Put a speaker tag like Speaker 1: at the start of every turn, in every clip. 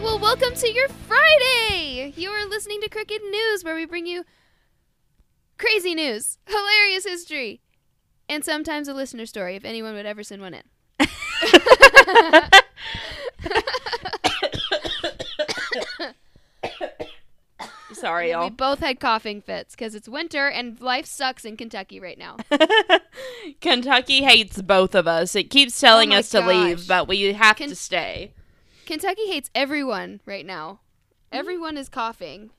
Speaker 1: to your Friday. You are listening to Crooked News, where we bring you crazy news, hilarious history, and sometimes a listener story if anyone would ever send one in.
Speaker 2: Sorry,
Speaker 1: We
Speaker 2: y'all.
Speaker 1: both had coughing fits because it's winter and life sucks in Kentucky right now.
Speaker 2: Kentucky hates both of us. It keeps telling
Speaker 1: Oh my
Speaker 2: us to leave,
Speaker 1: gosh.
Speaker 2: but we have
Speaker 1: Ken-
Speaker 2: to stay.
Speaker 1: Kentucky hates everyone right now. Everyone is coughing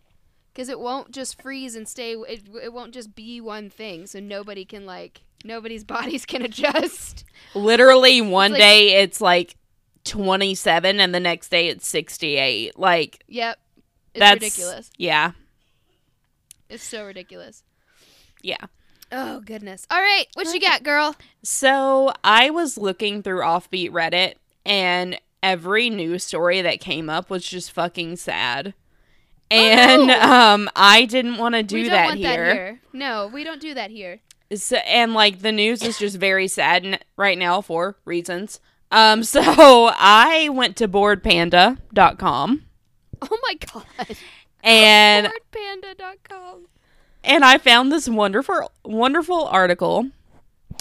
Speaker 1: because it won't just freeze and stay. It, it won't just be one thing, so nobody can like nobody's bodies can adjust.
Speaker 2: Literally, one
Speaker 1: like-
Speaker 2: day it's like 27, and the next day it's 68. Like,
Speaker 1: Yep, it's
Speaker 2: that's
Speaker 1: ridiculous.
Speaker 2: Yeah.
Speaker 1: It's so ridiculous.
Speaker 2: Yeah.
Speaker 1: Oh goodness! All right, what you got, girl?
Speaker 2: So I was looking through offbeat Reddit and every news story that came up was just fucking sad. And
Speaker 1: no.
Speaker 2: um I didn't want to do
Speaker 1: Oh. we don't
Speaker 2: that,
Speaker 1: want
Speaker 2: here.
Speaker 1: that here. No, we don't do that here.
Speaker 2: So, and like the news is just very sad n- right now for reasons. Um so I went to boardpanda.com
Speaker 1: Oh my god!
Speaker 2: and
Speaker 1: Boardpanda.com.
Speaker 2: and I found this wonderful wonderful article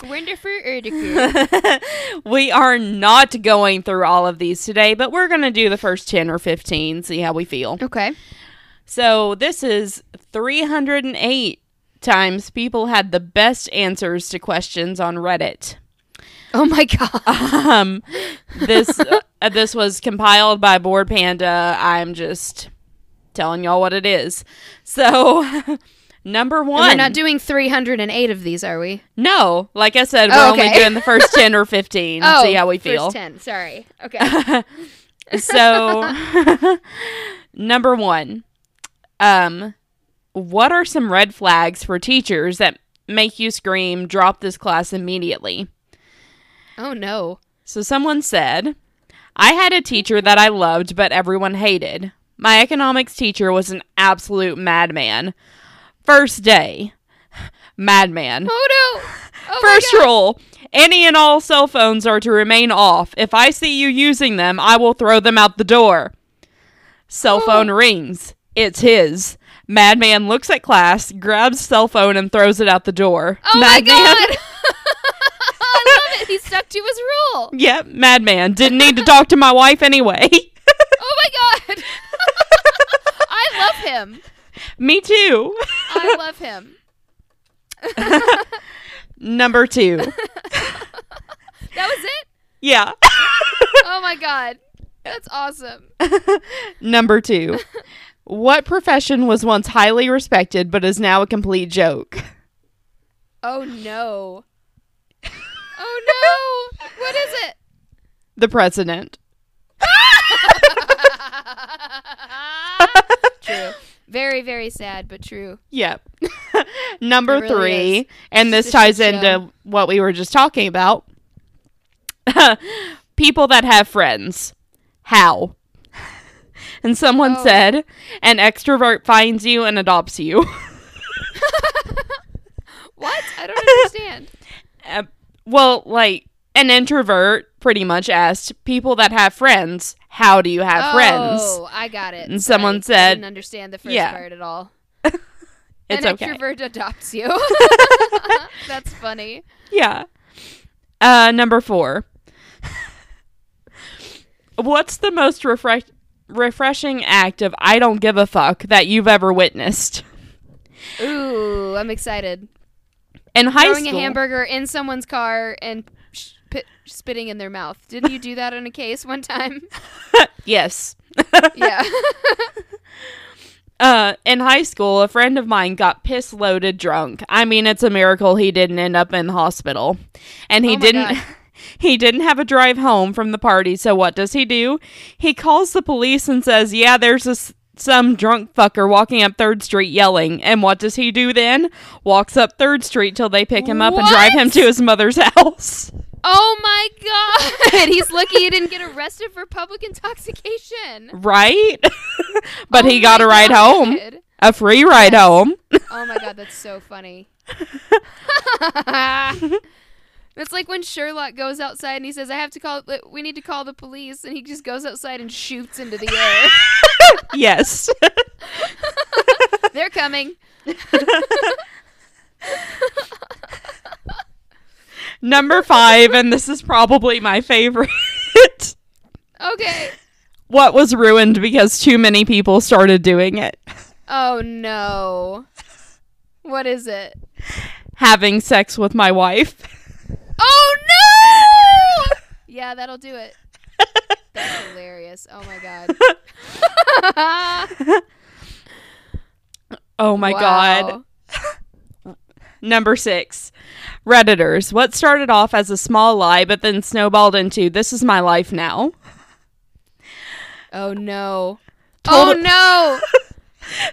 Speaker 1: Wonderful article.
Speaker 2: we are not going through all of these today, but we're going to do the first 10 or 15, see how we feel.
Speaker 1: okay.
Speaker 2: So, this is 308 times people had the best answers to questions on Reddit.
Speaker 1: Oh my god.
Speaker 2: Um, this uh, this was compiled by Board Panda. I'm just telling y'all what it is. So, number 1.
Speaker 1: We're not doing 308 of these, are we?
Speaker 2: no, like I said,
Speaker 1: Oh,
Speaker 2: we're only
Speaker 1: okay.
Speaker 2: doing the first 10 or 15, see how we feel.
Speaker 1: Oh, First ten. Sorry. Okay.
Speaker 2: So, number one, um, what are some red flags for teachers that make you scream, drop this class immediately?
Speaker 1: oh no.
Speaker 2: So, someone said, I had a teacher that I loved, but everyone hated. My economics teacher was an absolute madman. First day, madman.
Speaker 1: Oh no. Oh my
Speaker 2: First
Speaker 1: God.
Speaker 2: rule any and all cell phones are to remain off. If I see you using them, I will throw them out the door. Cell
Speaker 1: Oh.
Speaker 2: phone rings. It's his. Madman looks at class, grabs cell phone, and throws it out the door.
Speaker 1: Oh
Speaker 2: Madman.
Speaker 1: my god. I love it. He stuck to his rule.
Speaker 2: Yep, madman. Didn't need to talk to my wife anyway.
Speaker 1: Oh my god. I love him.
Speaker 2: Me too.
Speaker 1: I love him.
Speaker 2: Number two.
Speaker 1: That was it.
Speaker 2: Yeah.
Speaker 1: Oh my god. That's awesome.
Speaker 2: Number two. What profession was once highly respected but is now a complete joke?
Speaker 1: Oh no. Oh no. What is it?
Speaker 2: The president.
Speaker 1: true. Very, very sad, but true.
Speaker 2: Yep. Number
Speaker 1: It really
Speaker 2: three,
Speaker 1: is.
Speaker 2: and this
Speaker 1: It's a shit
Speaker 2: ties into what we were just talking about. People that have friends. How? And someone
Speaker 1: Oh.
Speaker 2: said, an extrovert finds you and adopts you.
Speaker 1: What? I don't understand.
Speaker 2: Uh, well, like, an introvert pretty much asked people that have friends, how do you have friends?
Speaker 1: Oh, I got it.
Speaker 2: And someone
Speaker 1: Sorry.
Speaker 2: said-
Speaker 1: I didn't understand the first
Speaker 2: Yeah.
Speaker 1: part at all.
Speaker 2: It's
Speaker 1: An
Speaker 2: okay.
Speaker 1: extrovert adopts you. That's funny.
Speaker 2: Yeah. Uh, number four. What's the most refresh- refreshing act of I don't give a fuck that you've ever witnessed?
Speaker 1: Ooh, I'm excited.
Speaker 2: In high
Speaker 1: Throwing
Speaker 2: school.
Speaker 1: a hamburger in someone's car and sh- pit- spitting in their mouth. Didn't you do that on a case one time?
Speaker 2: yes.
Speaker 1: Yeah.
Speaker 2: Uh, in high school, a friend of mine got piss loaded drunk. I mean, it's a miracle he didn't end up in the hospital. And he
Speaker 1: Oh my
Speaker 2: didn't
Speaker 1: God.
Speaker 2: he didn't have a drive home from the party, so what does he do? He calls the police and says, "Yeah, there's a s some drunk fucker walking up 3rd Street yelling." And what does he do then? Walks up 3rd Street till they pick him up and drive him
Speaker 1: What?
Speaker 2: to his mother's house.
Speaker 1: oh my god. He's lucky he didn't get arrested for public intoxication.
Speaker 2: Right? but
Speaker 1: Oh
Speaker 2: he got
Speaker 1: my
Speaker 2: a ride home,
Speaker 1: God.
Speaker 2: a free ride home.
Speaker 1: Oh my god, that's so funny. It's like when Sherlock goes uh, outside and he says, "I have to call. We need to call the police," and he just goes outside and shoots into the air.
Speaker 2: yes.
Speaker 1: They're coming.
Speaker 2: Number five, and this is probably my favorite.
Speaker 1: Okay.
Speaker 2: what was ruined because too many people started doing it?
Speaker 1: Oh no. What is it?
Speaker 2: Having sex with my wife.
Speaker 1: Oh no! Yeah, that'll do it. That's hilarious. Oh my god.
Speaker 2: Oh my God.
Speaker 1: Wow.
Speaker 2: Number six, Redditors. What started off as a small lie but then snowballed into this is my life now?
Speaker 1: Oh no.
Speaker 2: Total-
Speaker 1: oh no.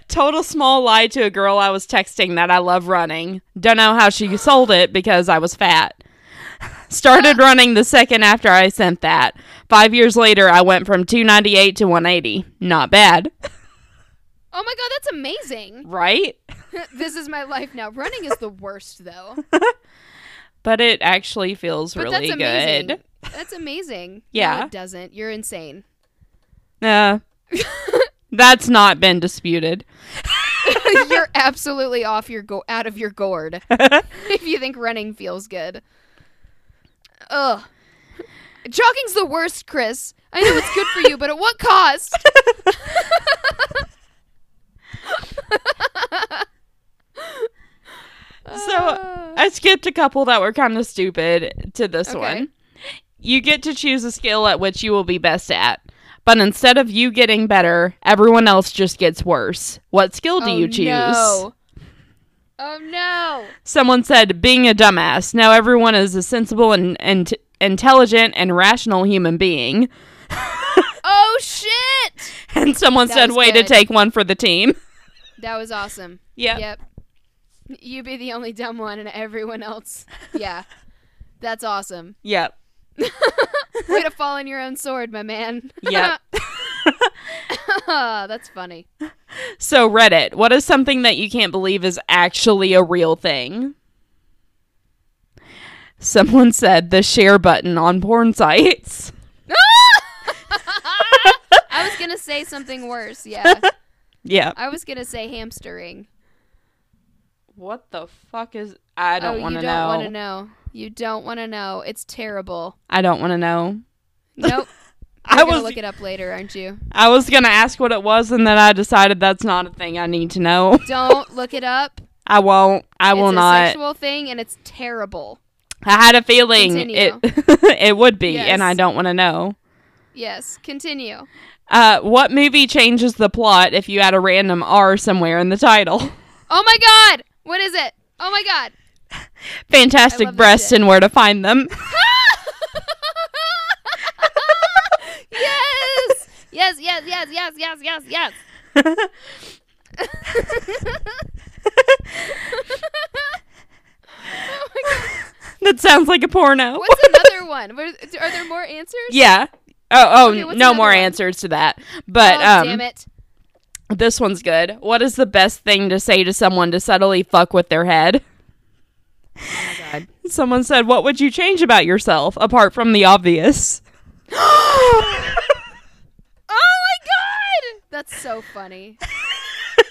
Speaker 2: Total small lie to a girl I was texting that I love running. Don't know how she sold it because I was fat. Started running the second after I sent that. Five years later, I went from 298 to 180. Not bad,
Speaker 1: Oh my god, that's amazing.
Speaker 2: right?
Speaker 1: this is my life now. Running is the worst though.
Speaker 2: But it actually feels
Speaker 1: But
Speaker 2: really
Speaker 1: that's amazing.
Speaker 2: good.
Speaker 1: That's amazing.
Speaker 2: Yeah.
Speaker 1: No, it doesn't. You're insane.
Speaker 2: Uh, that's not been disputed.
Speaker 1: You're absolutely off your go- out of your gourd. if you think running feels good. Ugh. Jogging's the worst, Chris. I know it's good for you, but at what cost?
Speaker 2: So I skipped a couple that were kind of stupid to this
Speaker 1: Okay.
Speaker 2: one. You get to choose a skill at which you will be best at. But instead of you getting better, everyone else just gets worse. What skill do
Speaker 1: Oh,
Speaker 2: you choose?
Speaker 1: No. Oh no.
Speaker 2: Someone said being a dumbass. Now everyone is a sensible and, and intelligent and rational human being.
Speaker 1: Oh shit.
Speaker 2: And someone
Speaker 1: That
Speaker 2: said
Speaker 1: was
Speaker 2: way to
Speaker 1: good.
Speaker 2: take one for the team.
Speaker 1: That was awesome.
Speaker 2: Yeah.
Speaker 1: Yep. You be the only dumb one and everyone else. Yeah. That's awesome.
Speaker 2: Yep.
Speaker 1: Way to fall on your own sword, my man.
Speaker 2: Yep.
Speaker 1: That's funny.
Speaker 2: So Reddit, what is something that you can't believe is actually a real thing? Someone said the share button on porn sites.
Speaker 1: I was gonna say something worse. Yeah,
Speaker 2: Yeah.
Speaker 1: I was gonna say hamstering.
Speaker 2: What the fuck is I don't
Speaker 1: oh,
Speaker 2: want to
Speaker 1: you don't want
Speaker 2: know.
Speaker 1: to know. You don't want to know. It's terrible.
Speaker 2: I don't want to know.
Speaker 1: Nope. You're
Speaker 2: I
Speaker 1: gonna
Speaker 2: was
Speaker 1: look it up later, aren't you?
Speaker 2: I was going to ask what it was and then I decided that's not a thing I need to know.
Speaker 1: Don't look it up.
Speaker 2: I won't. I will
Speaker 1: it's
Speaker 2: not.
Speaker 1: a sexual thing, and it's terrible.
Speaker 2: I had a feeling
Speaker 1: Continue.
Speaker 2: it it would be
Speaker 1: Yes.
Speaker 2: and I don't want to know.
Speaker 1: Yes. Continue.
Speaker 2: Uh, what movie changes the plot if you add a random R somewhere in the title?
Speaker 1: Oh my God! What is it? Oh my God! I
Speaker 2: Fantastic
Speaker 1: love that
Speaker 2: breasts
Speaker 1: shit.
Speaker 2: and where to find them.
Speaker 1: yes! Yes, yes, yes, yes, yes, yes, yes. oh my god.
Speaker 2: that sounds like a porno.
Speaker 1: What's another one? Were- Are there more answers?
Speaker 2: yeah. Oh, oh,
Speaker 1: Okay, what's
Speaker 2: no
Speaker 1: another
Speaker 2: more
Speaker 1: one?
Speaker 2: answers to that. But
Speaker 1: oh,
Speaker 2: um,
Speaker 1: damn it.
Speaker 2: this one's good. What is the best thing to say to someone to subtly fuck with their head?
Speaker 1: Oh my god.
Speaker 2: Someone said, "What would you change about yourself apart from the obvious?"
Speaker 1: Oh my god! That's so funny.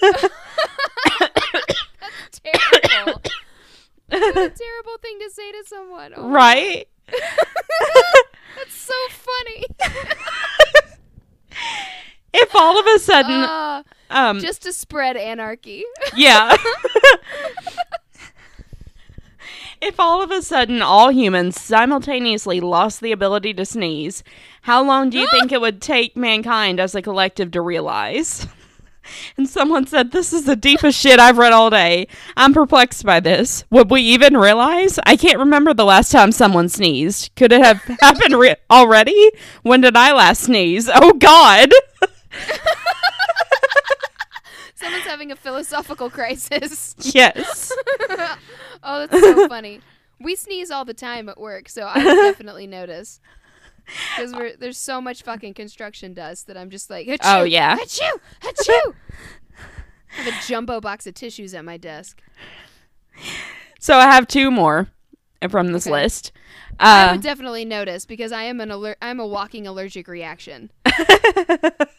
Speaker 1: That's terrible. What a terrible thing to say to someone. Oh my
Speaker 2: right?
Speaker 1: That's so funny.
Speaker 2: If all of a sudden,
Speaker 1: Uh,
Speaker 2: um,
Speaker 1: just to spread anarchy.
Speaker 2: yeah. If all of a sudden all humans simultaneously lost the ability to sneeze, how long do you think it would take mankind as a collective to realize? And someone said, This is the deepest shit I've read all day. I'm perplexed by this. Would we even realize? I can't remember the last time someone sneezed. Could it have happened re- already? When did I last sneeze? Oh, God.
Speaker 1: Someone's having a philosophical crisis.
Speaker 2: yes.
Speaker 1: oh, that's so funny. We sneeze all the time at work, so I would definitely notice. Because there's so much fucking construction dust that I'm just like, achoo,
Speaker 2: Oh, yeah.
Speaker 1: achoo, achoo. I have a jumbo box of tissues at my desk.
Speaker 2: So I have two more from this
Speaker 1: Okay.
Speaker 2: list.
Speaker 1: I
Speaker 2: Uh,
Speaker 1: would definitely notice because I am an aller- I'm a walking allergic reaction.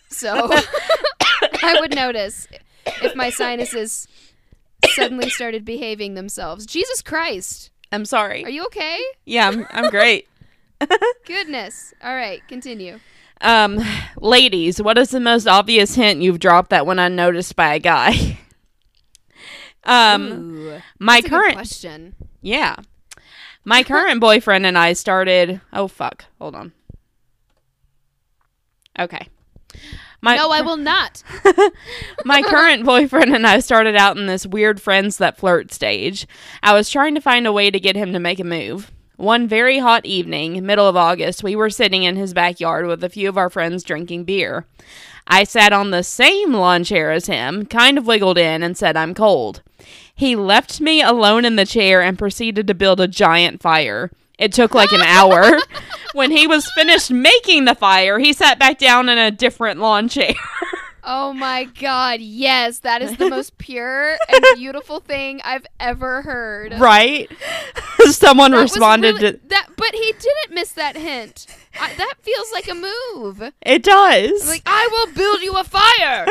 Speaker 1: so I would notice if my sinuses suddenly started behaving themselves. Jesus Christ.
Speaker 2: I'm sorry.
Speaker 1: Are you okay?
Speaker 2: yeah, I'm, I'm great.
Speaker 1: Goodness. All right, continue.
Speaker 2: Um, ladies, what is the most obvious hint you've dropped that went unnoticed by a guy? um, my
Speaker 1: That's a good
Speaker 2: current
Speaker 1: question.
Speaker 2: yeah, my current boyfriend and I started. Oh fuck, hold on. Okay, my
Speaker 1: No, I will not.
Speaker 2: my current boyfriend and I started out in this weird friends that flirt stage. I was trying to find a way to get him to make a move. One very hot evening, middle of August, we were sitting in his backyard with a few of our friends drinking beer. I sat on the same lawn chair as him, kind of wiggled in, and said, I'm cold. He left me alone in the chair and proceeded to build a giant fire. It took like an hour. When he was finished making the fire, he sat back down in a different lawn chair.
Speaker 1: Oh my god, yes, that is the most pure and beautiful thing I've ever heard.
Speaker 2: right? Someone
Speaker 1: That was
Speaker 2: responded
Speaker 1: really-
Speaker 2: to
Speaker 1: that, but he didn't miss that hint. I, that feels like a move.
Speaker 2: it does.
Speaker 1: Like I will build you a fire.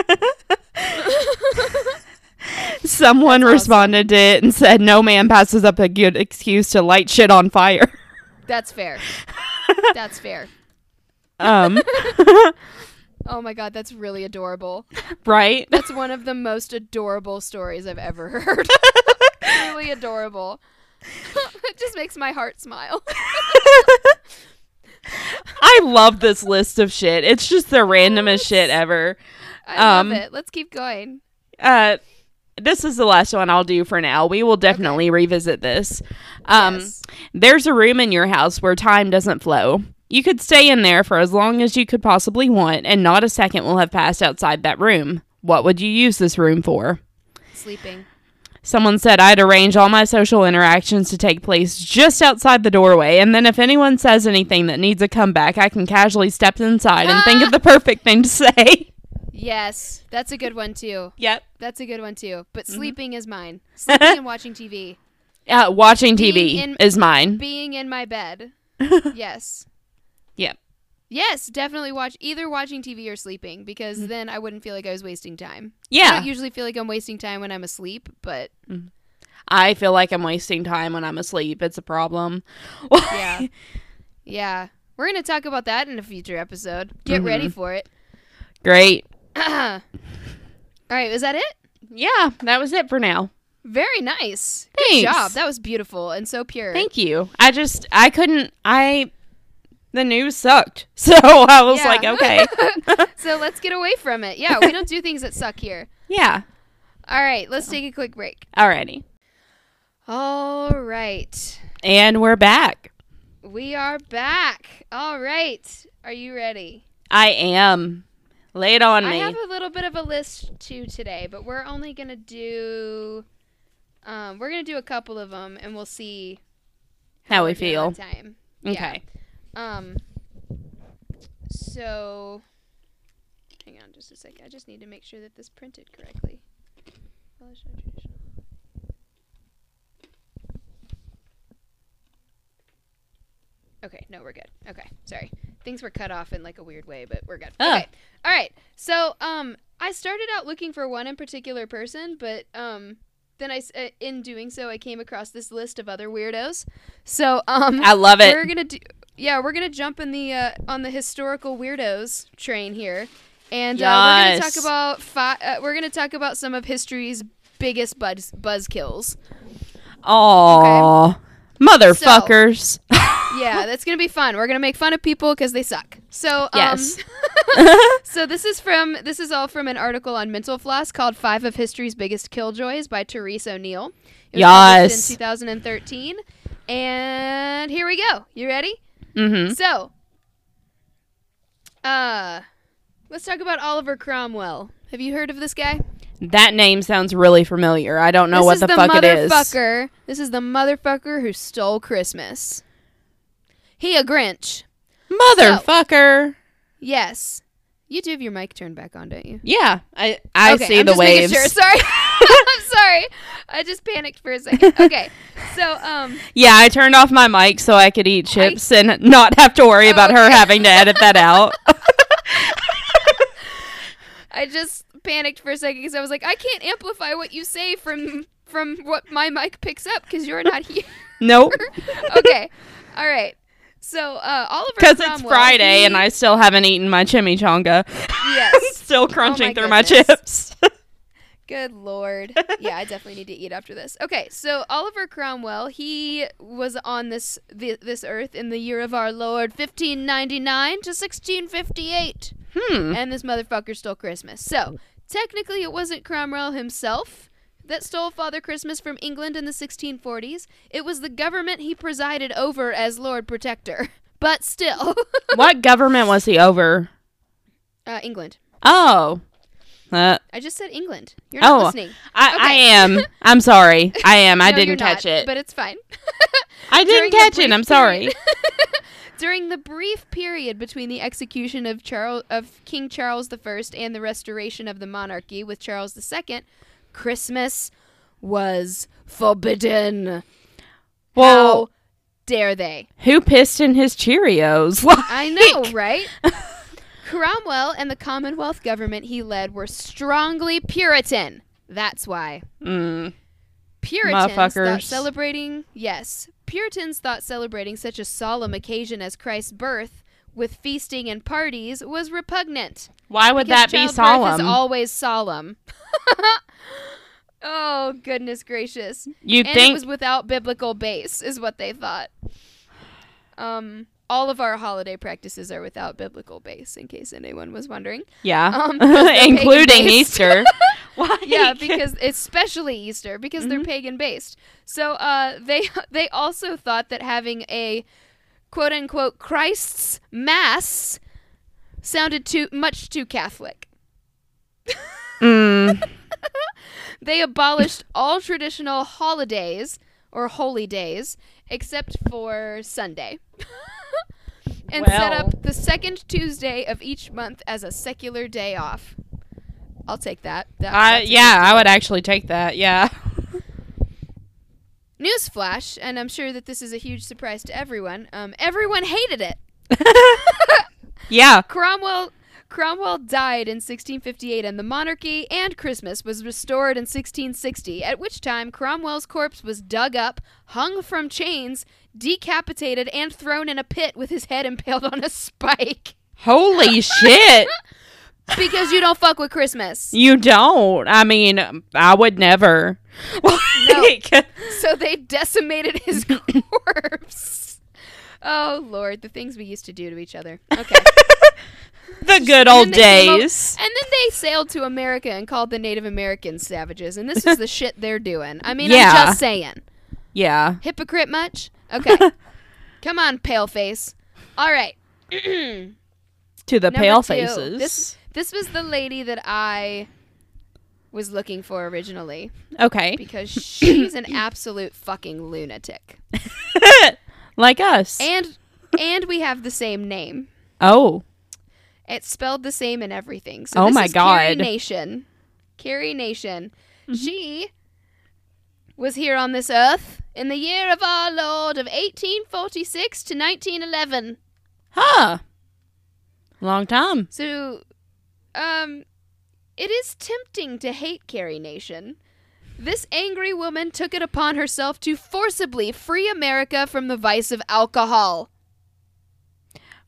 Speaker 2: Someone responded to it and said, "No man passes up a good excuse to light shit on fire."
Speaker 1: That's fair. That's fair.
Speaker 2: Um,
Speaker 1: Oh my god, that's really adorable.
Speaker 2: right?
Speaker 1: That's one of the most adorable stories I've ever heard. really adorable. it just makes my heart smile.
Speaker 2: I love this list of shit. It's just the randomest shit ever.
Speaker 1: I
Speaker 2: Um,
Speaker 1: love it. Let's keep going.
Speaker 2: Uh, this is the last one I'll do for now. We will definitely revisit this. Um,
Speaker 1: Yes.
Speaker 2: There's a room in your house where time doesn't flow. You could stay in there for as long as you could possibly want, and not a second will have passed outside that room. What would you use this room for?
Speaker 1: Sleeping.
Speaker 2: Someone said I'd arrange all my social interactions to take place just outside the doorway, and then if anyone says anything that needs a comeback, I can casually step inside and think of the perfect thing to say.
Speaker 1: Yes, that's a good one too.
Speaker 2: Yep.
Speaker 1: That's a good one too. But sleeping is mine. Sleeping and watching TV.
Speaker 2: Uh, watching TV
Speaker 1: Being in-
Speaker 2: is mine.
Speaker 1: Being in my bed. yes.
Speaker 2: yep.
Speaker 1: Yes, definitely watch either watching TV or sleeping because then I wouldn't feel like I was wasting time. I
Speaker 2: Mm-hmm. Yeah.
Speaker 1: don't usually feel like I'm wasting time when I'm asleep, but
Speaker 2: I feel like I'm wasting time when I'm asleep. It's a problem.
Speaker 1: yeah. yeah. We're going to talk about that in a future episode. Get
Speaker 2: Mm-hmm.
Speaker 1: ready for it.
Speaker 2: Great.
Speaker 1: All right, is that it?
Speaker 2: Yeah, that was it for now.
Speaker 1: Very nice. Good
Speaker 2: Thanks.
Speaker 1: job. That was beautiful and so pure.
Speaker 2: Thank you. I just I couldn't I the news sucked. So I was
Speaker 1: Yeah.
Speaker 2: like, okay.
Speaker 1: so let's get away from it. Yeah, we don't do things that suck here.
Speaker 2: yeah.
Speaker 1: All right, let's take a quick break.
Speaker 2: Alrighty.
Speaker 1: All right.
Speaker 2: And we're back.
Speaker 1: We are back. All right. Are you ready?
Speaker 2: I am. Lay it on
Speaker 1: I
Speaker 2: me.
Speaker 1: have a little bit of a list too today, but we're only going to do um we're going to do a couple of them and we'll see
Speaker 2: how we
Speaker 1: if you're on
Speaker 2: feel.
Speaker 1: time.
Speaker 2: Okay.
Speaker 1: Um so hang on just a sec. I just need to make sure that this printed correctly. Polish and traditional. Okay, no, we're good. Okay, sorry. Things were cut off in like a weird way, but we're good.
Speaker 2: Ah.
Speaker 1: Okay. All right. So, um I started out looking for one in particular person, but um then I s- uh, in doing so I came across this list of other weirdos. So, um
Speaker 2: I love
Speaker 1: we're
Speaker 2: it.
Speaker 1: gonna do yeah we're gonna jump in the uh, on the historical weirdos train here and uh, we're gonna
Speaker 2: Yes.
Speaker 1: talk about fi- uh, we're gonna talk about some of history's biggest buzz buzzkills
Speaker 2: Aw. Motherfuckers.
Speaker 1: yeah that's gonna be fun we're gonna make fun of people because they suck so um,
Speaker 2: Yes.
Speaker 1: so this is from this is all from an article on mental floss called five of history's biggest killjoys by therese o'neill it was
Speaker 2: Yes.
Speaker 1: published in 2013 and here we go you ready
Speaker 2: mm-hmm.
Speaker 1: So, uh, let's talk about Oliver Cromwell. Have you heard of this guy?
Speaker 2: That name sounds really familiar. I don't know
Speaker 1: this
Speaker 2: what
Speaker 1: is
Speaker 2: the, fuck it is.
Speaker 1: motherfucker. This is the motherfucker who stole Christmas. He a Grinch.
Speaker 2: Motherfucker.
Speaker 1: Yes. You do have your mic turned back on, don't you?
Speaker 2: Yeah. I I
Speaker 1: okay,
Speaker 2: see
Speaker 1: I'm
Speaker 2: the
Speaker 1: just making
Speaker 2: waves.
Speaker 1: Sure. Sorry. I'm sorry. I just panicked for a second. Okay. So, um,
Speaker 2: Yeah, I turned off my mic so I could eat chips and not have to
Speaker 1: Oh,
Speaker 2: worry about her having to edit that out.
Speaker 1: I just panicked for a second because I was like, I can't amplify what you say from from what my mic picks up because you're not here.
Speaker 2: Nope.
Speaker 1: okay, all right. So uh, Oliver
Speaker 2: Because it's
Speaker 1: Cromwell,
Speaker 2: Friday
Speaker 1: he-
Speaker 2: and I still haven't eaten my chimichanga.
Speaker 1: yes.
Speaker 2: Still crunching
Speaker 1: Oh my
Speaker 2: through my
Speaker 1: goodness.
Speaker 2: chips.
Speaker 1: Good lord. Yeah, I definitely need to eat after this. Okay, so Oliver Cromwell, he was on this thi- this earth in the year of our Lord 1599 to 1658,
Speaker 2: hmm.
Speaker 1: and this motherfucker stole Christmas. So, technically it wasn't Cromwell himself that stole Father Christmas from England in the 1640s. It was the government he presided over as Lord Protector. But still,
Speaker 2: what government was he over?
Speaker 1: uh, England.
Speaker 2: Oh. Uh,
Speaker 1: I just said England. You're not
Speaker 2: Oh,
Speaker 1: listening.
Speaker 2: I, I
Speaker 1: Okay.
Speaker 2: am. I'm sorry. I am. I
Speaker 1: No, you're
Speaker 2: didn't
Speaker 1: not,
Speaker 2: catch it.
Speaker 1: But it's fine.
Speaker 2: I
Speaker 1: during
Speaker 2: didn't
Speaker 1: the
Speaker 2: catch it.
Speaker 1: brief
Speaker 2: I'm sorry.
Speaker 1: period- During the brief period between the execution of Charles of King Charles I and the restoration of the monarchy with Charles II, Christmas was forbidden.
Speaker 2: Well,
Speaker 1: How dare they?
Speaker 2: who pissed in his Cheerios?
Speaker 1: I know, right? Cromwell and the Commonwealth government he led were strongly Puritan. That's why.
Speaker 2: Mm.
Speaker 1: Puritans
Speaker 2: Motherfuckers.
Speaker 1: thought celebrating, yes, Puritans thought celebrating such a solemn occasion as Christ's birth with feasting and parties was repugnant.
Speaker 2: Why would
Speaker 1: because
Speaker 2: that be
Speaker 1: childbirth
Speaker 2: solemn?
Speaker 1: Is always solemn. oh goodness gracious!
Speaker 2: You'd
Speaker 1: and it
Speaker 2: think
Speaker 1: was without biblical base, is what they thought. Um, all of our holiday practices are without biblical base, in case anyone was wondering.
Speaker 2: Yeah.
Speaker 1: Um, because they're
Speaker 2: Including
Speaker 1: pagan-based.
Speaker 2: Easter. Why?
Speaker 1: yeah because especially easter because they're
Speaker 2: Mm-hmm.
Speaker 1: pagan based so uh, they they also thought that having a quote unquote christ's mass sounded too much too catholic
Speaker 2: Mm,
Speaker 1: they abolished all traditional holidays or holy days except for sunday and set
Speaker 2: Well.
Speaker 1: up the second tuesday of each month as a secular day off i'll take that, that
Speaker 2: I,
Speaker 1: that's a
Speaker 2: yeah, I would actually take that. Yeah.
Speaker 1: Newsflash, and I'm sure that this is a huge surprise to everyone. Um, everyone hated it.
Speaker 2: yeah.
Speaker 1: Cromwell Cromwell died in 1658, and the monarchy and Christmas was restored in 1660. At which time, Cromwell's corpse was dug up, hung from chains, decapitated, and thrown in a pit with his head impaled on a spike.
Speaker 2: Holy shit.
Speaker 1: Because you don't fuck with Christmas.
Speaker 2: You don't. I mean, I would never. Like,
Speaker 1: So they decimated his corpse. Oh Lord, the things we used to do to each other. Okay.
Speaker 2: the
Speaker 1: And
Speaker 2: good old
Speaker 1: then they came
Speaker 2: days.
Speaker 1: o- and then they sailed to America and called the Native Americans savages, and this is the shit they're doing. I mean,
Speaker 2: Yeah.
Speaker 1: I'm just saying.
Speaker 2: Yeah.
Speaker 1: Hypocrite much? Okay. Come on, paleface. All right.
Speaker 2: To the
Speaker 1: Number
Speaker 2: pale
Speaker 1: two.
Speaker 2: faces.
Speaker 1: This- This was the lady that I was looking for originally
Speaker 2: okay.
Speaker 1: because she's an absolute fucking lunatic.
Speaker 2: like us.
Speaker 1: And and we have the same name.
Speaker 2: oh.
Speaker 1: It's spelled the same in everything. So
Speaker 2: Oh
Speaker 1: this
Speaker 2: my
Speaker 1: is Carrie
Speaker 2: God. Mm-hmm.
Speaker 1: Nation. Carrie Nation. She was here on this earth in the year of our Lord of 1846 to 1911.
Speaker 2: Huh. Long time.
Speaker 1: So, um, it is tempting to hate Carrie Nation. This angry woman took it upon herself to forcibly free America from the vice of alcohol.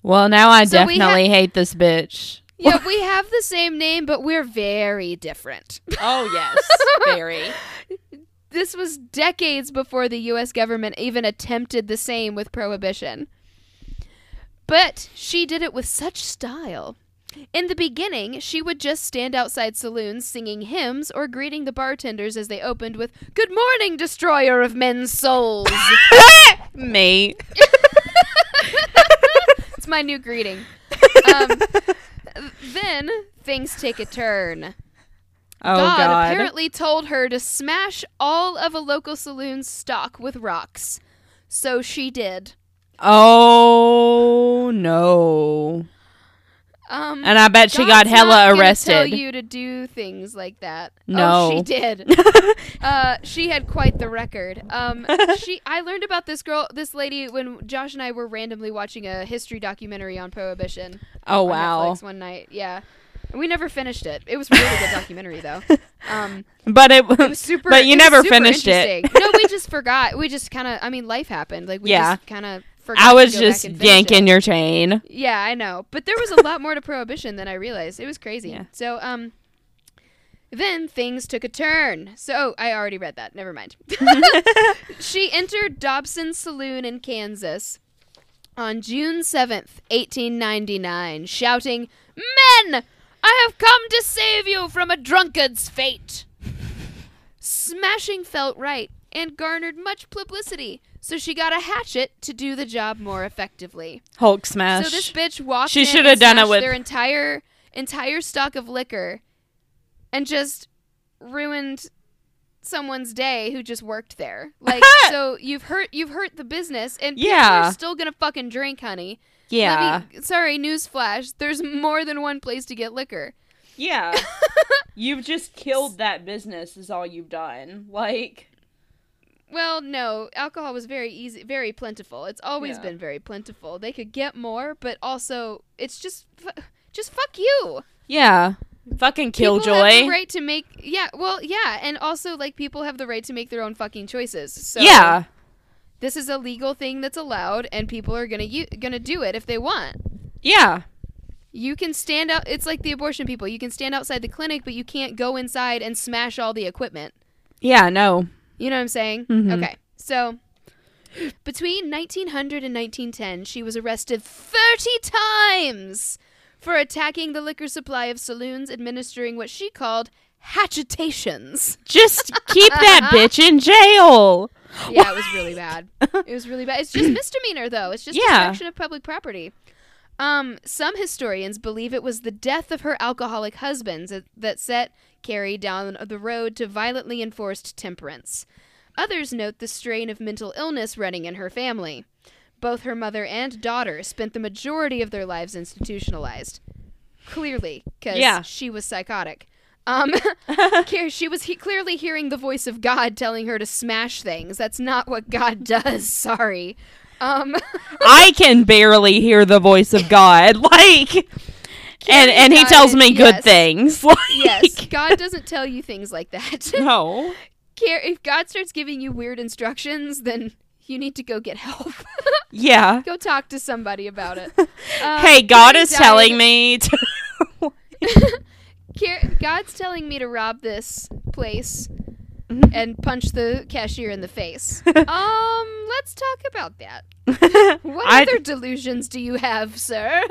Speaker 2: Well, now I
Speaker 1: So we ha-
Speaker 2: definitely hate this bitch.
Speaker 1: Yeah, we have the same name, but we're very different.
Speaker 2: Oh, yes. Very.
Speaker 1: This was decades before the US government even attempted the same with prohibition. But she did it with such style. In the beginning, she would just stand outside saloons singing hymns or greeting the bartenders as they opened with, Good morning, destroyer of men's souls.
Speaker 2: Me.
Speaker 1: it's my new greeting. Um, then things take a turn.
Speaker 2: Oh
Speaker 1: God,
Speaker 2: God!
Speaker 1: apparently told her to smash all of a local saloon's stock with rocks. So she did.
Speaker 2: oh no!
Speaker 1: Um,
Speaker 2: And I bet she got
Speaker 1: God's not
Speaker 2: hella
Speaker 1: gonna Tell
Speaker 2: arrested.
Speaker 1: you to do things like that. oh,
Speaker 2: No.
Speaker 1: she did. uh, she had quite the record. Um, she, I learned about this girl, this lady, when Josh and I were randomly watching a history documentary on Prohibition.
Speaker 2: oh
Speaker 1: on
Speaker 2: wow!
Speaker 1: Netflix one night. Yeah. We never finished it. It was a really good documentary though. Um,
Speaker 2: But it,
Speaker 1: it was super.
Speaker 2: But you
Speaker 1: it was
Speaker 2: never
Speaker 1: super
Speaker 2: finished it.
Speaker 1: interesting. No, we just forgot. We just kind of. I mean, life happened. Like we
Speaker 2: Yeah.
Speaker 1: just kind of. forgot
Speaker 2: I
Speaker 1: to
Speaker 2: was
Speaker 1: go back
Speaker 2: just
Speaker 1: and finish it.
Speaker 2: yanking your chain.
Speaker 1: Yeah, I know. But there was a lot more to prohibition than I realized. It was crazy.
Speaker 2: Yeah.
Speaker 1: So, um then things took a turn. So, oh, I already read that. Never mind. she entered Dobson's Saloon in Kansas on June 7th, 1899, shouting, "Men, I have come to save you from a drunkard's fate." Smashing felt right and garnered much publicity. So she got a hatchet to do the job more effectively.
Speaker 2: Hulk smash.
Speaker 1: So this bitch walked.
Speaker 2: She
Speaker 1: in
Speaker 2: should
Speaker 1: and
Speaker 2: have done it
Speaker 1: smashed
Speaker 2: with-
Speaker 1: their entire entire stock of liquor, and just ruined someone's day who just worked there. Like, so you've hurt you've hurt the business, and people
Speaker 2: Yeah.
Speaker 1: are still gonna fucking drink, honey. Let
Speaker 2: yeah.
Speaker 1: me- sorry, newsflash. There's more than one place to get liquor.
Speaker 2: Yeah. you've just killed that business is all you've done. Like
Speaker 1: Well, no, alcohol was very easy, very plentiful. It's always
Speaker 2: Yeah.
Speaker 1: been very plentiful. They could get more, but also it's just, fu- just fuck you.
Speaker 2: Yeah. Fucking
Speaker 1: People have
Speaker 2: killjoy.
Speaker 1: the right to make yeah, well, yeah, and also like people have the right to make their own fucking choices. So
Speaker 2: yeah.
Speaker 1: this is a legal thing that's allowed, and people are gonna u- gonna do it if they want.
Speaker 2: Yeah.
Speaker 1: You can stand out. It's like the abortion people. You can stand outside the clinic, but you can't go inside and smash all the equipment.
Speaker 2: Yeah, no.
Speaker 1: You know what I'm saying?
Speaker 2: Mhm.
Speaker 1: Okay. So between 1900 and 1910, she was arrested 30 times for attacking the liquor supply of saloons administering what she called hatchetations.
Speaker 2: Just keep that bitch in jail.
Speaker 1: Yeah, it was really bad. It was really bad. It's just misdemeanor though. It's just
Speaker 2: Yeah.
Speaker 1: destruction of public property. Um, some historians believe it was the death of her alcoholic husband that- that set Carrie down the road to violently enforced temperance. Others note the strain of mental illness running in her family. Both her mother and daughter spent the majority of their lives institutionalized. Clearly, because
Speaker 2: Yeah.
Speaker 1: she was psychotic. Um, Here, she was he- clearly hearing the voice of God telling her to smash things. That's not what God does. Sorry. Um,
Speaker 2: I can barely hear the voice of God. Like and and he
Speaker 1: got
Speaker 2: tells
Speaker 1: it.
Speaker 2: me good
Speaker 1: Yes.
Speaker 2: things. Like
Speaker 1: yes, God doesn't tell you things like that.
Speaker 2: No.
Speaker 1: Care- if God starts giving you weird instructions, then you need to go get help.
Speaker 2: Yeah.
Speaker 1: go talk to somebody about it. Um, Uh,
Speaker 2: hey, God is telling me to
Speaker 1: Car- God's telling me to rob this place
Speaker 2: Mhm.
Speaker 1: and punch the cashier in the face. um, let's talk about that. What
Speaker 2: I-
Speaker 1: other delusions do you have, sir?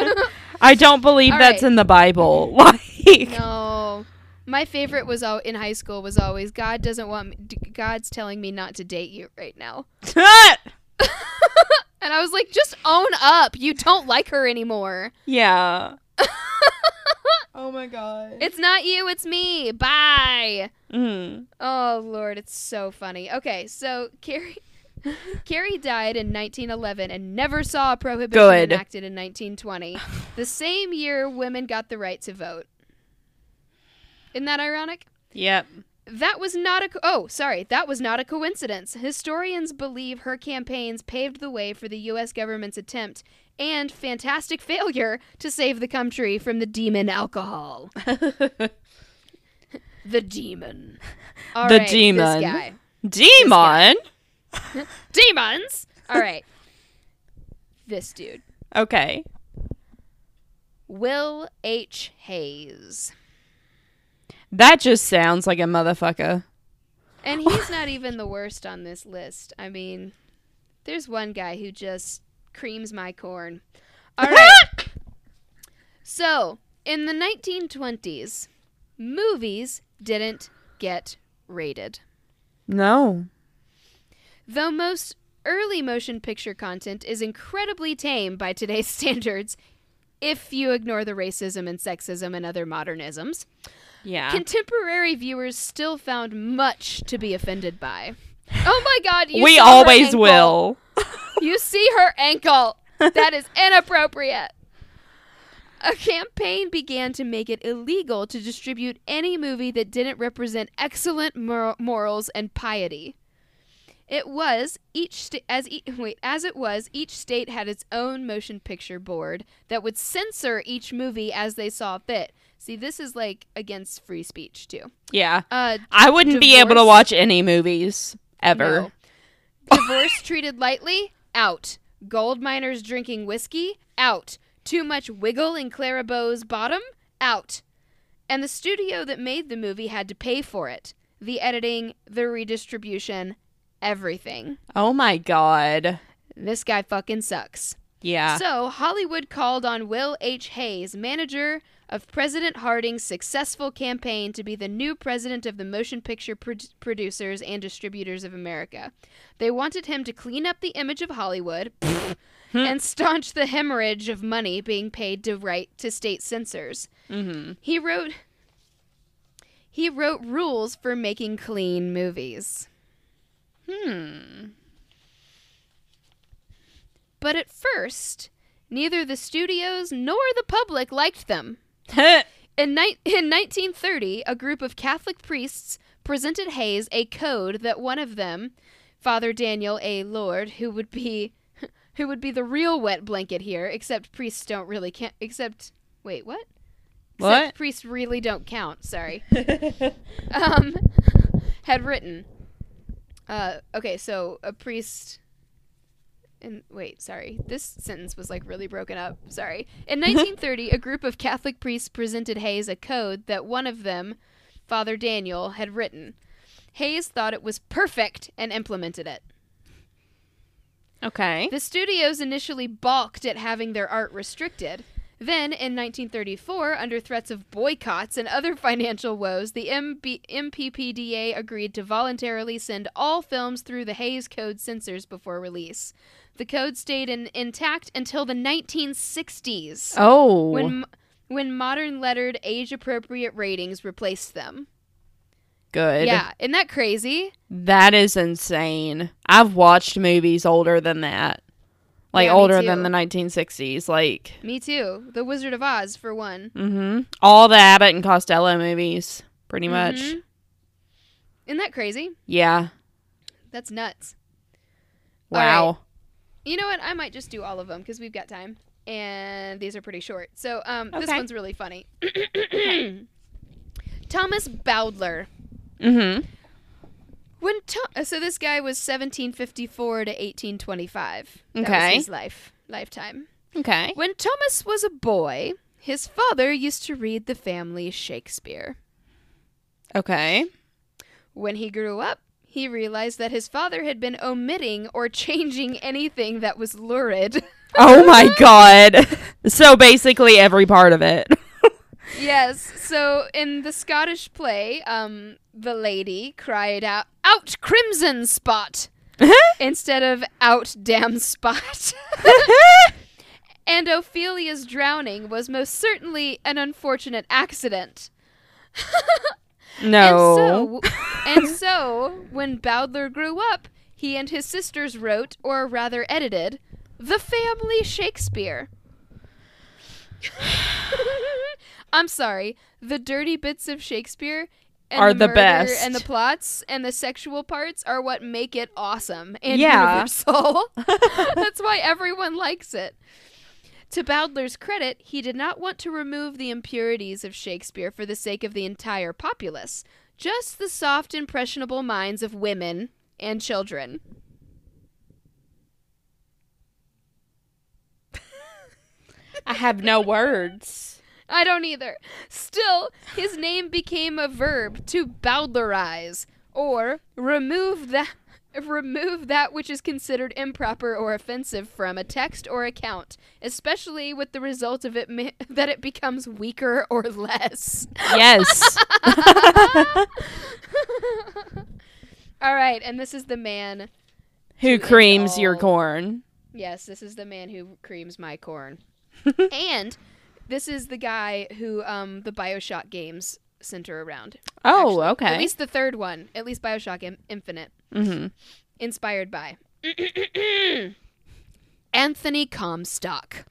Speaker 2: I don't believe
Speaker 1: All
Speaker 2: that's
Speaker 1: right.
Speaker 2: in the Bible. Like
Speaker 1: No. My favorite was all in high school was always God doesn't want me, d- God's telling me not to date you right now. And I was like, just own up. You don't like her anymore.
Speaker 2: Yeah. oh my god.
Speaker 1: It's not you, it's me. Bye.
Speaker 2: mm.
Speaker 1: Oh lord, it's so funny. Okay, so Carrie Carrie died in 1911 and never saw a prohibition
Speaker 2: Good.
Speaker 1: enacted in 1920, the same year women got the right to vote. Isn't that ironic?
Speaker 2: Yep.
Speaker 1: That was not a co- oh sorry that was not a coincidence. Historians believe her campaigns paved the way for the U.S. government's attempt and fantastic failure to save the country from the demon alcohol. The demon. All
Speaker 2: The
Speaker 1: right,
Speaker 2: demon.
Speaker 1: This guy.
Speaker 2: Demon.
Speaker 1: Demons. All right. this dude.
Speaker 2: Okay.
Speaker 1: Will H. Hayes.
Speaker 2: That just sounds like a motherfucker.
Speaker 1: And he's not even the worst on this list. I mean, there's one guy who just creams my corn. All right. so, in the 1920s, movies didn't get rated.
Speaker 2: No.
Speaker 1: Though most early motion picture content is incredibly tame by today's standards, if you ignore the racism and sexism and other modernisms,
Speaker 2: Yeah.
Speaker 1: contemporary viewers still found much to be offended by. Oh my god, you
Speaker 2: we
Speaker 1: saw her
Speaker 2: always
Speaker 1: ankle.
Speaker 2: will.
Speaker 1: You see her ankle. That is inappropriate. A campaign began to make it illegal to distribute any movie that didn't represent excellent mor- morals and piety. It was each sta- as e- wait as it was each state had its own motion picture board that would censor each movie as they saw fit. See, this is like against free speech too.
Speaker 2: Yeah.
Speaker 1: Uh,
Speaker 2: I wouldn't be able to
Speaker 1: Divorce?
Speaker 2: watch any movies ever.
Speaker 1: No. Divorce treated lightly? Out. Gold miners drinking whiskey? Out. Too much wiggle in Clara Bow's bottom? Out. And the studio that made the movie had to pay for it. The editing, the redistribution, everything.
Speaker 2: Oh my god.
Speaker 1: This guy fucking sucks.
Speaker 2: Yeah.
Speaker 1: So, Hollywood called on Will H. Hayes, manager of President Harding's successful campaign to be the new president of the Motion Picture Pro- Producers and Distributors of America. They wanted him to clean up the image of Hollywood and staunch the hemorrhage of money being paid to write to state censors.
Speaker 2: mm-hmm.
Speaker 1: He wrote He wrote rules for making clean movies.
Speaker 2: Hmm.
Speaker 1: But at first, neither the studios nor the public liked them. In, ni- in 1930, a group of Catholic priests presented Hayes a code that one of them, Father Daniel A. Lord, who would be who would be the real wet blanket here, except priests don't really count. Except wait, what?
Speaker 2: What?
Speaker 1: Except priests really don't count. Sorry. um, had written. Uh, okay, so a priest. And wait, sorry. This sentence was like really broken up. Sorry. In 1930, a group of Catholic priests presented Hayes a code that one of them, Father Daniel, had written. Hayes thought it was perfect and implemented it.
Speaker 2: okay.
Speaker 1: The studios initially balked at having their art restricted. Then, in 1934, under threats of boycotts and other financial woes, the MB- MPPDA agreed to voluntarily send all films through the Hayes Code censors before release. The code stayed in- intact until the 1960s,
Speaker 2: Oh.
Speaker 1: when mo- when modern lettered, age-appropriate ratings replaced them.
Speaker 2: good.
Speaker 1: Yeah, isn't that crazy?
Speaker 2: That is insane. I've watched movies older than that. Like
Speaker 1: Yeah, me
Speaker 2: older than
Speaker 1: too.
Speaker 2: the 1960s. Like,
Speaker 1: Me too. The Wizard of Oz, for one.
Speaker 2: mm-hmm. all the Abbott and Costello movies, pretty much.
Speaker 1: Mhm. Isn't that crazy?
Speaker 2: Yeah.
Speaker 1: That's nuts. All right.
Speaker 2: Wow.
Speaker 1: You know what? I might just do all of them because we've got time, and these are pretty short. So um, this
Speaker 2: Okay.
Speaker 1: one's really funny. Thomas Bowdler.
Speaker 2: Mm-hmm.
Speaker 1: When to- so this guy was 1754 to 1825. That was
Speaker 2: Okay.
Speaker 1: his life lifetime.
Speaker 2: Okay.
Speaker 1: When Thomas was a boy, his father used to read the family Shakespeare.
Speaker 2: Okay.
Speaker 1: When he grew up, he realized that his father had been omitting or changing anything that was lurid.
Speaker 2: Oh my god. So basically every part of it.
Speaker 1: yes. So in the Scottish play, um, the lady cried out, "Out crimson spot!" instead of "Out damn spot." and Ophelia's drowning was most certainly an unfortunate accident.
Speaker 2: no.
Speaker 1: And so, and so, when Bowdler grew up, he and his sisters wrote, or rather edited, the family Shakespeare. I'm sorry, the dirty bits of Shakespeare and
Speaker 2: Are the
Speaker 1: murder
Speaker 2: best.
Speaker 1: and the plots and the sexual parts are what make it awesome and
Speaker 2: Yeah.
Speaker 1: universal. That's why everyone likes it. To Bowdler's credit, he did not want to remove the impurities of Shakespeare for the sake of the entire populace, just the soft, impressionable minds of women and children.
Speaker 2: I have no words.
Speaker 1: I don't either. Still, his name became a verb to bowdlerize or remove that remove that which is considered improper or offensive from a text or account, especially with the result of it ma- that it becomes weaker or less.
Speaker 2: Yes.
Speaker 1: All right, and this is the man.
Speaker 2: Who creams your
Speaker 1: all.
Speaker 2: corn?
Speaker 1: Yes, this is the man who creams my corn. and this is the guy who um, the BioShock games center around.
Speaker 2: Oh,
Speaker 1: actually. At
Speaker 2: okay.
Speaker 1: least the third one. At least Bioshock In- Infinite.
Speaker 2: hmm
Speaker 1: Inspired by. Anthony Comstock.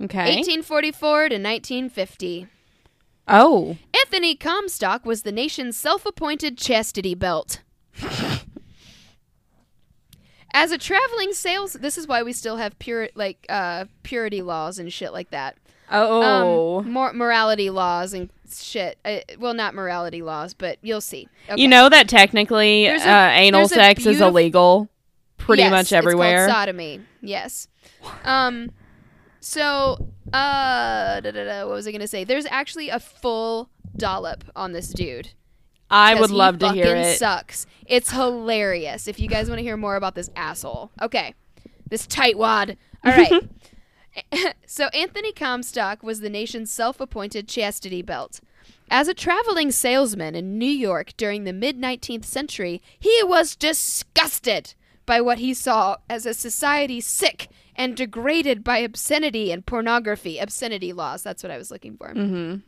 Speaker 2: Okay.
Speaker 1: 1844 to 1950.
Speaker 2: Oh.
Speaker 1: Anthony Comstock was the nation's self appointed chastity belt. as a traveling sales, this is why we still have pure like uh, purity laws and shit like that.
Speaker 2: Oh.
Speaker 1: Um, mor- morality laws and shit. Uh, well, not morality laws, but you'll see. Okay.
Speaker 2: You know that technically
Speaker 1: There's a-
Speaker 2: uh, anal
Speaker 1: there's a
Speaker 2: sex is
Speaker 1: beautif-
Speaker 2: illegal pretty
Speaker 1: Yes,
Speaker 2: much everywhere.
Speaker 1: It's called sodomy. Yes. Um. So, uh, da, da, da, what was I gonna say? There's actually a full dollop on this dude.
Speaker 2: I would
Speaker 1: 'cause he
Speaker 2: love to hear
Speaker 1: fucking
Speaker 2: it.
Speaker 1: Sucks. It's hilarious. If you guys want to hear more about this asshole, okay, this tightwad. All right. so Anthony Comstock was the nation's self-appointed chastity belt. As a traveling salesman in New York during the mid 19th century, he was disgusted by what he saw as a society sick and degraded by obscenity and pornography. Obscenity laws, that's what I was looking for.
Speaker 2: Mhm.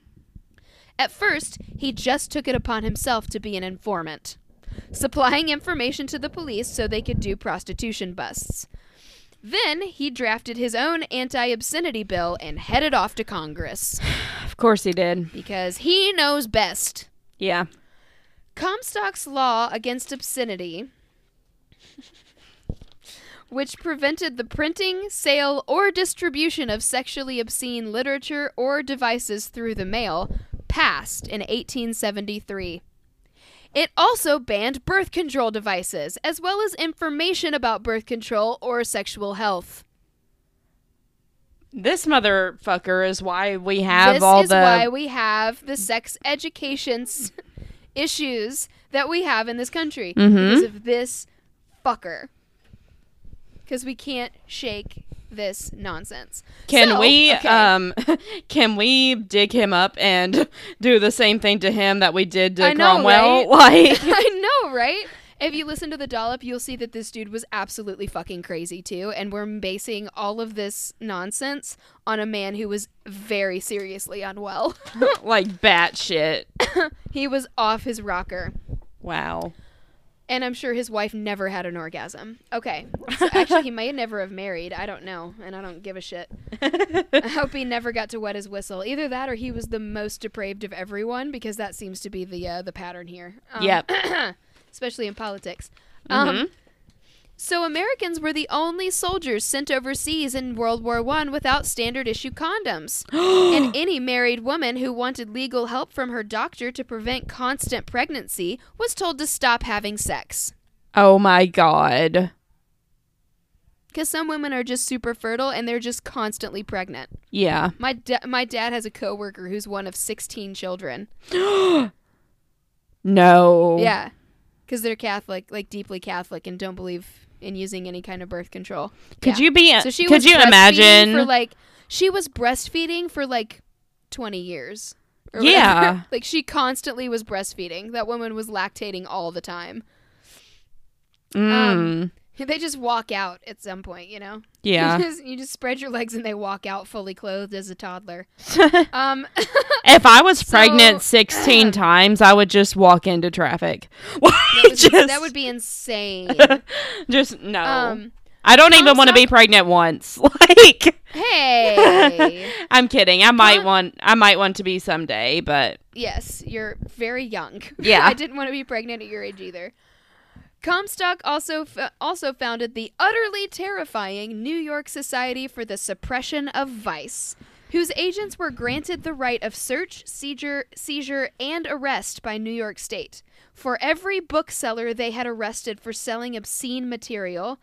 Speaker 1: At first, he just took it upon himself to be an informant, supplying information to the police so they could do prostitution busts. Then he drafted his own anti obscenity bill and headed off to Congress
Speaker 2: Of course he did.
Speaker 1: because he knows best.
Speaker 2: Yeah.
Speaker 1: Comstock's law against obscenity, which prevented the printing, sale, or distribution of sexually obscene literature or devices through the mail, passed in 1873. It also banned birth control devices, as well as information about birth control or sexual health.
Speaker 2: This motherfucker is why we have
Speaker 1: this
Speaker 2: all
Speaker 1: is
Speaker 2: the
Speaker 1: why we have the sex education s- issues that we have in this country
Speaker 2: Mm-hmm.
Speaker 1: because of this fucker. Because we can't shake this nonsense.
Speaker 2: Can
Speaker 1: So,
Speaker 2: we
Speaker 1: okay.
Speaker 2: um can we dig him up and do the same thing to him that we did to
Speaker 1: I know,
Speaker 2: Cromwell? Like
Speaker 1: I know, right? If you listen to the dollop, you'll see that this dude was absolutely fucking crazy too, and we're basing all of this nonsense on a man who was very seriously unwell.
Speaker 2: like bat shit.
Speaker 1: he was off his rocker.
Speaker 2: Wow.
Speaker 1: And I'm sure his wife never had an orgasm. Okay. So actually, he may never have married. I don't know. And I don't give a shit. I hope he never got to wet his whistle. Either that or he was the most depraved of everyone because that seems to be the uh, the pattern here. Um,
Speaker 2: Yep.
Speaker 1: especially in politics. Um, So Americans were the only soldiers sent overseas in World War One without standard issue condoms. and any married woman who wanted legal help from her doctor to prevent constant pregnancy was told to stop having sex.
Speaker 2: oh my god.
Speaker 1: Because some women are just super fertile and they're just constantly pregnant.
Speaker 2: Yeah.
Speaker 1: My da- my dad has a coworker who's one of sixteen children.
Speaker 2: No.
Speaker 1: Yeah, because they're Catholic, like deeply Catholic, and don't believe in using any kind of birth control.
Speaker 2: Could
Speaker 1: Yeah.
Speaker 2: you be
Speaker 1: So she
Speaker 2: Uh, could
Speaker 1: was
Speaker 2: you
Speaker 1: breastfeeding
Speaker 2: imagine
Speaker 1: for like she was breastfeeding for like twenty years. or
Speaker 2: Yeah.
Speaker 1: whatever. like she constantly was breastfeeding. That woman was lactating all the time. um,
Speaker 2: Mm.
Speaker 1: They just walk out at some point, you know.
Speaker 2: yeah.
Speaker 1: You just, you just spread your legs and they walk out fully clothed as a toddler. um,
Speaker 2: If I was pregnant
Speaker 1: So-
Speaker 2: 16 times, I would just walk into traffic. Like,
Speaker 1: that, was-
Speaker 2: just, Oh.
Speaker 1: that would be insane.
Speaker 2: just no.
Speaker 1: Um,
Speaker 2: I don't even want to be
Speaker 1: Comstock-
Speaker 2: pregnant once. Like
Speaker 1: hey,
Speaker 2: I'm kidding. I might
Speaker 1: Con-
Speaker 2: want I might want to be someday, but
Speaker 1: yes, you're very young.
Speaker 2: Yeah.
Speaker 1: I didn't want to be pregnant at your age either. Comstock also f- also founded the utterly terrifying New York Society for the Suppression of Vice, whose agents were granted the right of search, seizure, seizure, and arrest by New York State for every bookseller they had arrested for selling obscene material,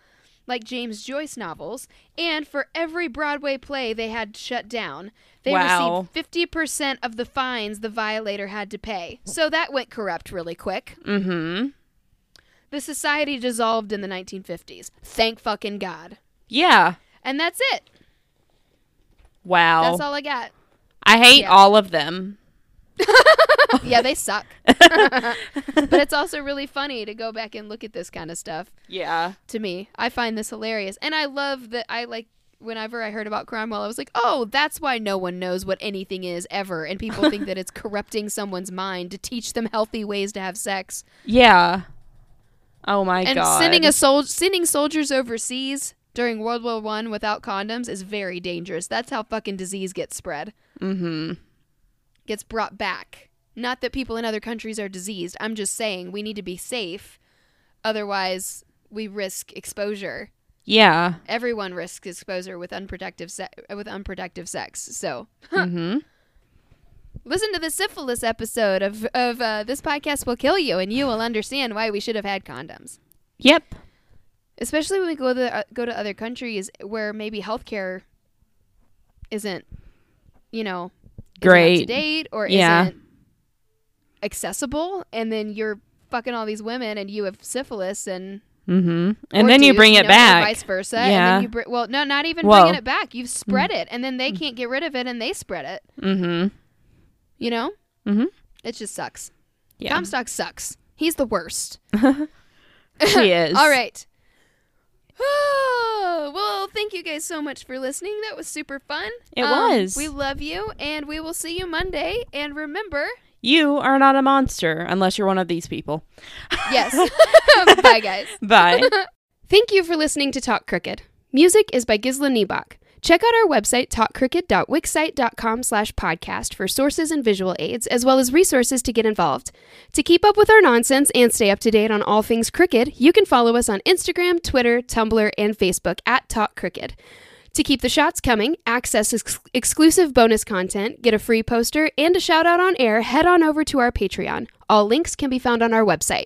Speaker 1: like James Joyce novels, and for every Broadway play they had shut down. They
Speaker 2: Wow.
Speaker 1: received 50% of the fines the violator had to pay. So that went corrupt really quick.
Speaker 2: mhm.
Speaker 1: The society dissolved in the 1950s. Thank fucking God.
Speaker 2: Yeah.
Speaker 1: And that's it.
Speaker 2: Wow.
Speaker 1: That's all I got.
Speaker 2: I hate
Speaker 1: yeah.
Speaker 2: all of them.
Speaker 1: Yeah, they suck. but it's also really funny to go back and look at this kind of stuff
Speaker 2: Yeah.
Speaker 1: to me. I find this hilarious. And I love that I like whenever I heard about Cromwell, I was like, "Oh, that's why no one knows what anything is ever and people think that it's corrupting someone's mind to teach them healthy ways to have sex."
Speaker 2: Yeah. Oh my
Speaker 1: and
Speaker 2: god.
Speaker 1: sending a sol- sending soldiers overseas during World War 1 without condoms is very dangerous. That's how fucking disease gets spread.
Speaker 2: Mhm.
Speaker 1: gets brought back. Not that people in other countries are diseased. I'm just saying we need to be safe. Otherwise, we risk exposure.
Speaker 2: Yeah.
Speaker 1: Everyone risks exposure with unprotective se- with unprotective sex. So
Speaker 2: Mm-hmm.
Speaker 1: listen to the syphilis episode of of uh, this podcast will kill you, and you will understand why we should have had condoms.
Speaker 2: Yep.
Speaker 1: Especially when we go to uh, go to other countries where maybe healthcare isn't, you know, isn't up to
Speaker 2: Great.
Speaker 1: date or
Speaker 2: Yeah.
Speaker 1: isn't accessible, and then you're fucking all these women and you have syphilis and
Speaker 2: Mm-hmm. And
Speaker 1: or
Speaker 2: then you
Speaker 1: dudes,
Speaker 2: bring it
Speaker 1: know, or
Speaker 2: back.
Speaker 1: vice versa. And
Speaker 2: Yeah.
Speaker 1: then you br- well, no, not even
Speaker 2: Well. Mm.
Speaker 1: bringing it back. You've spread it, and then they can't get rid of it, and they spread it.
Speaker 2: Mm-hmm.
Speaker 1: You know.
Speaker 2: Mhm.
Speaker 1: It just sucks.
Speaker 2: Yeah.
Speaker 1: Comstock sucks. He's the worst.
Speaker 2: she is.
Speaker 1: All right. Ah, well, thank you guys so much for listening. That was super fun. Um,
Speaker 2: It was.
Speaker 1: We love you, and we will see you Monday. And remember,
Speaker 2: You are not a monster unless you're one of these people.
Speaker 1: yes. Bye, guys.
Speaker 2: Bye.
Speaker 1: Thank you for listening to Talk Crooked. Music is by Gisla Niebach. Check out our website, talkcrooked.wixsite.com slash podcast for sources and visual aids, as well as resources to get involved. To keep up with our nonsense and stay up to date on all things crooked, you can follow us on Instagram, Twitter, Tumblr, and Facebook at Talk Crooked. To keep the shots coming, access ex- exclusive bonus content, get a free poster, and a shout out on air, head on over to our Patreon. All links can be found on our website.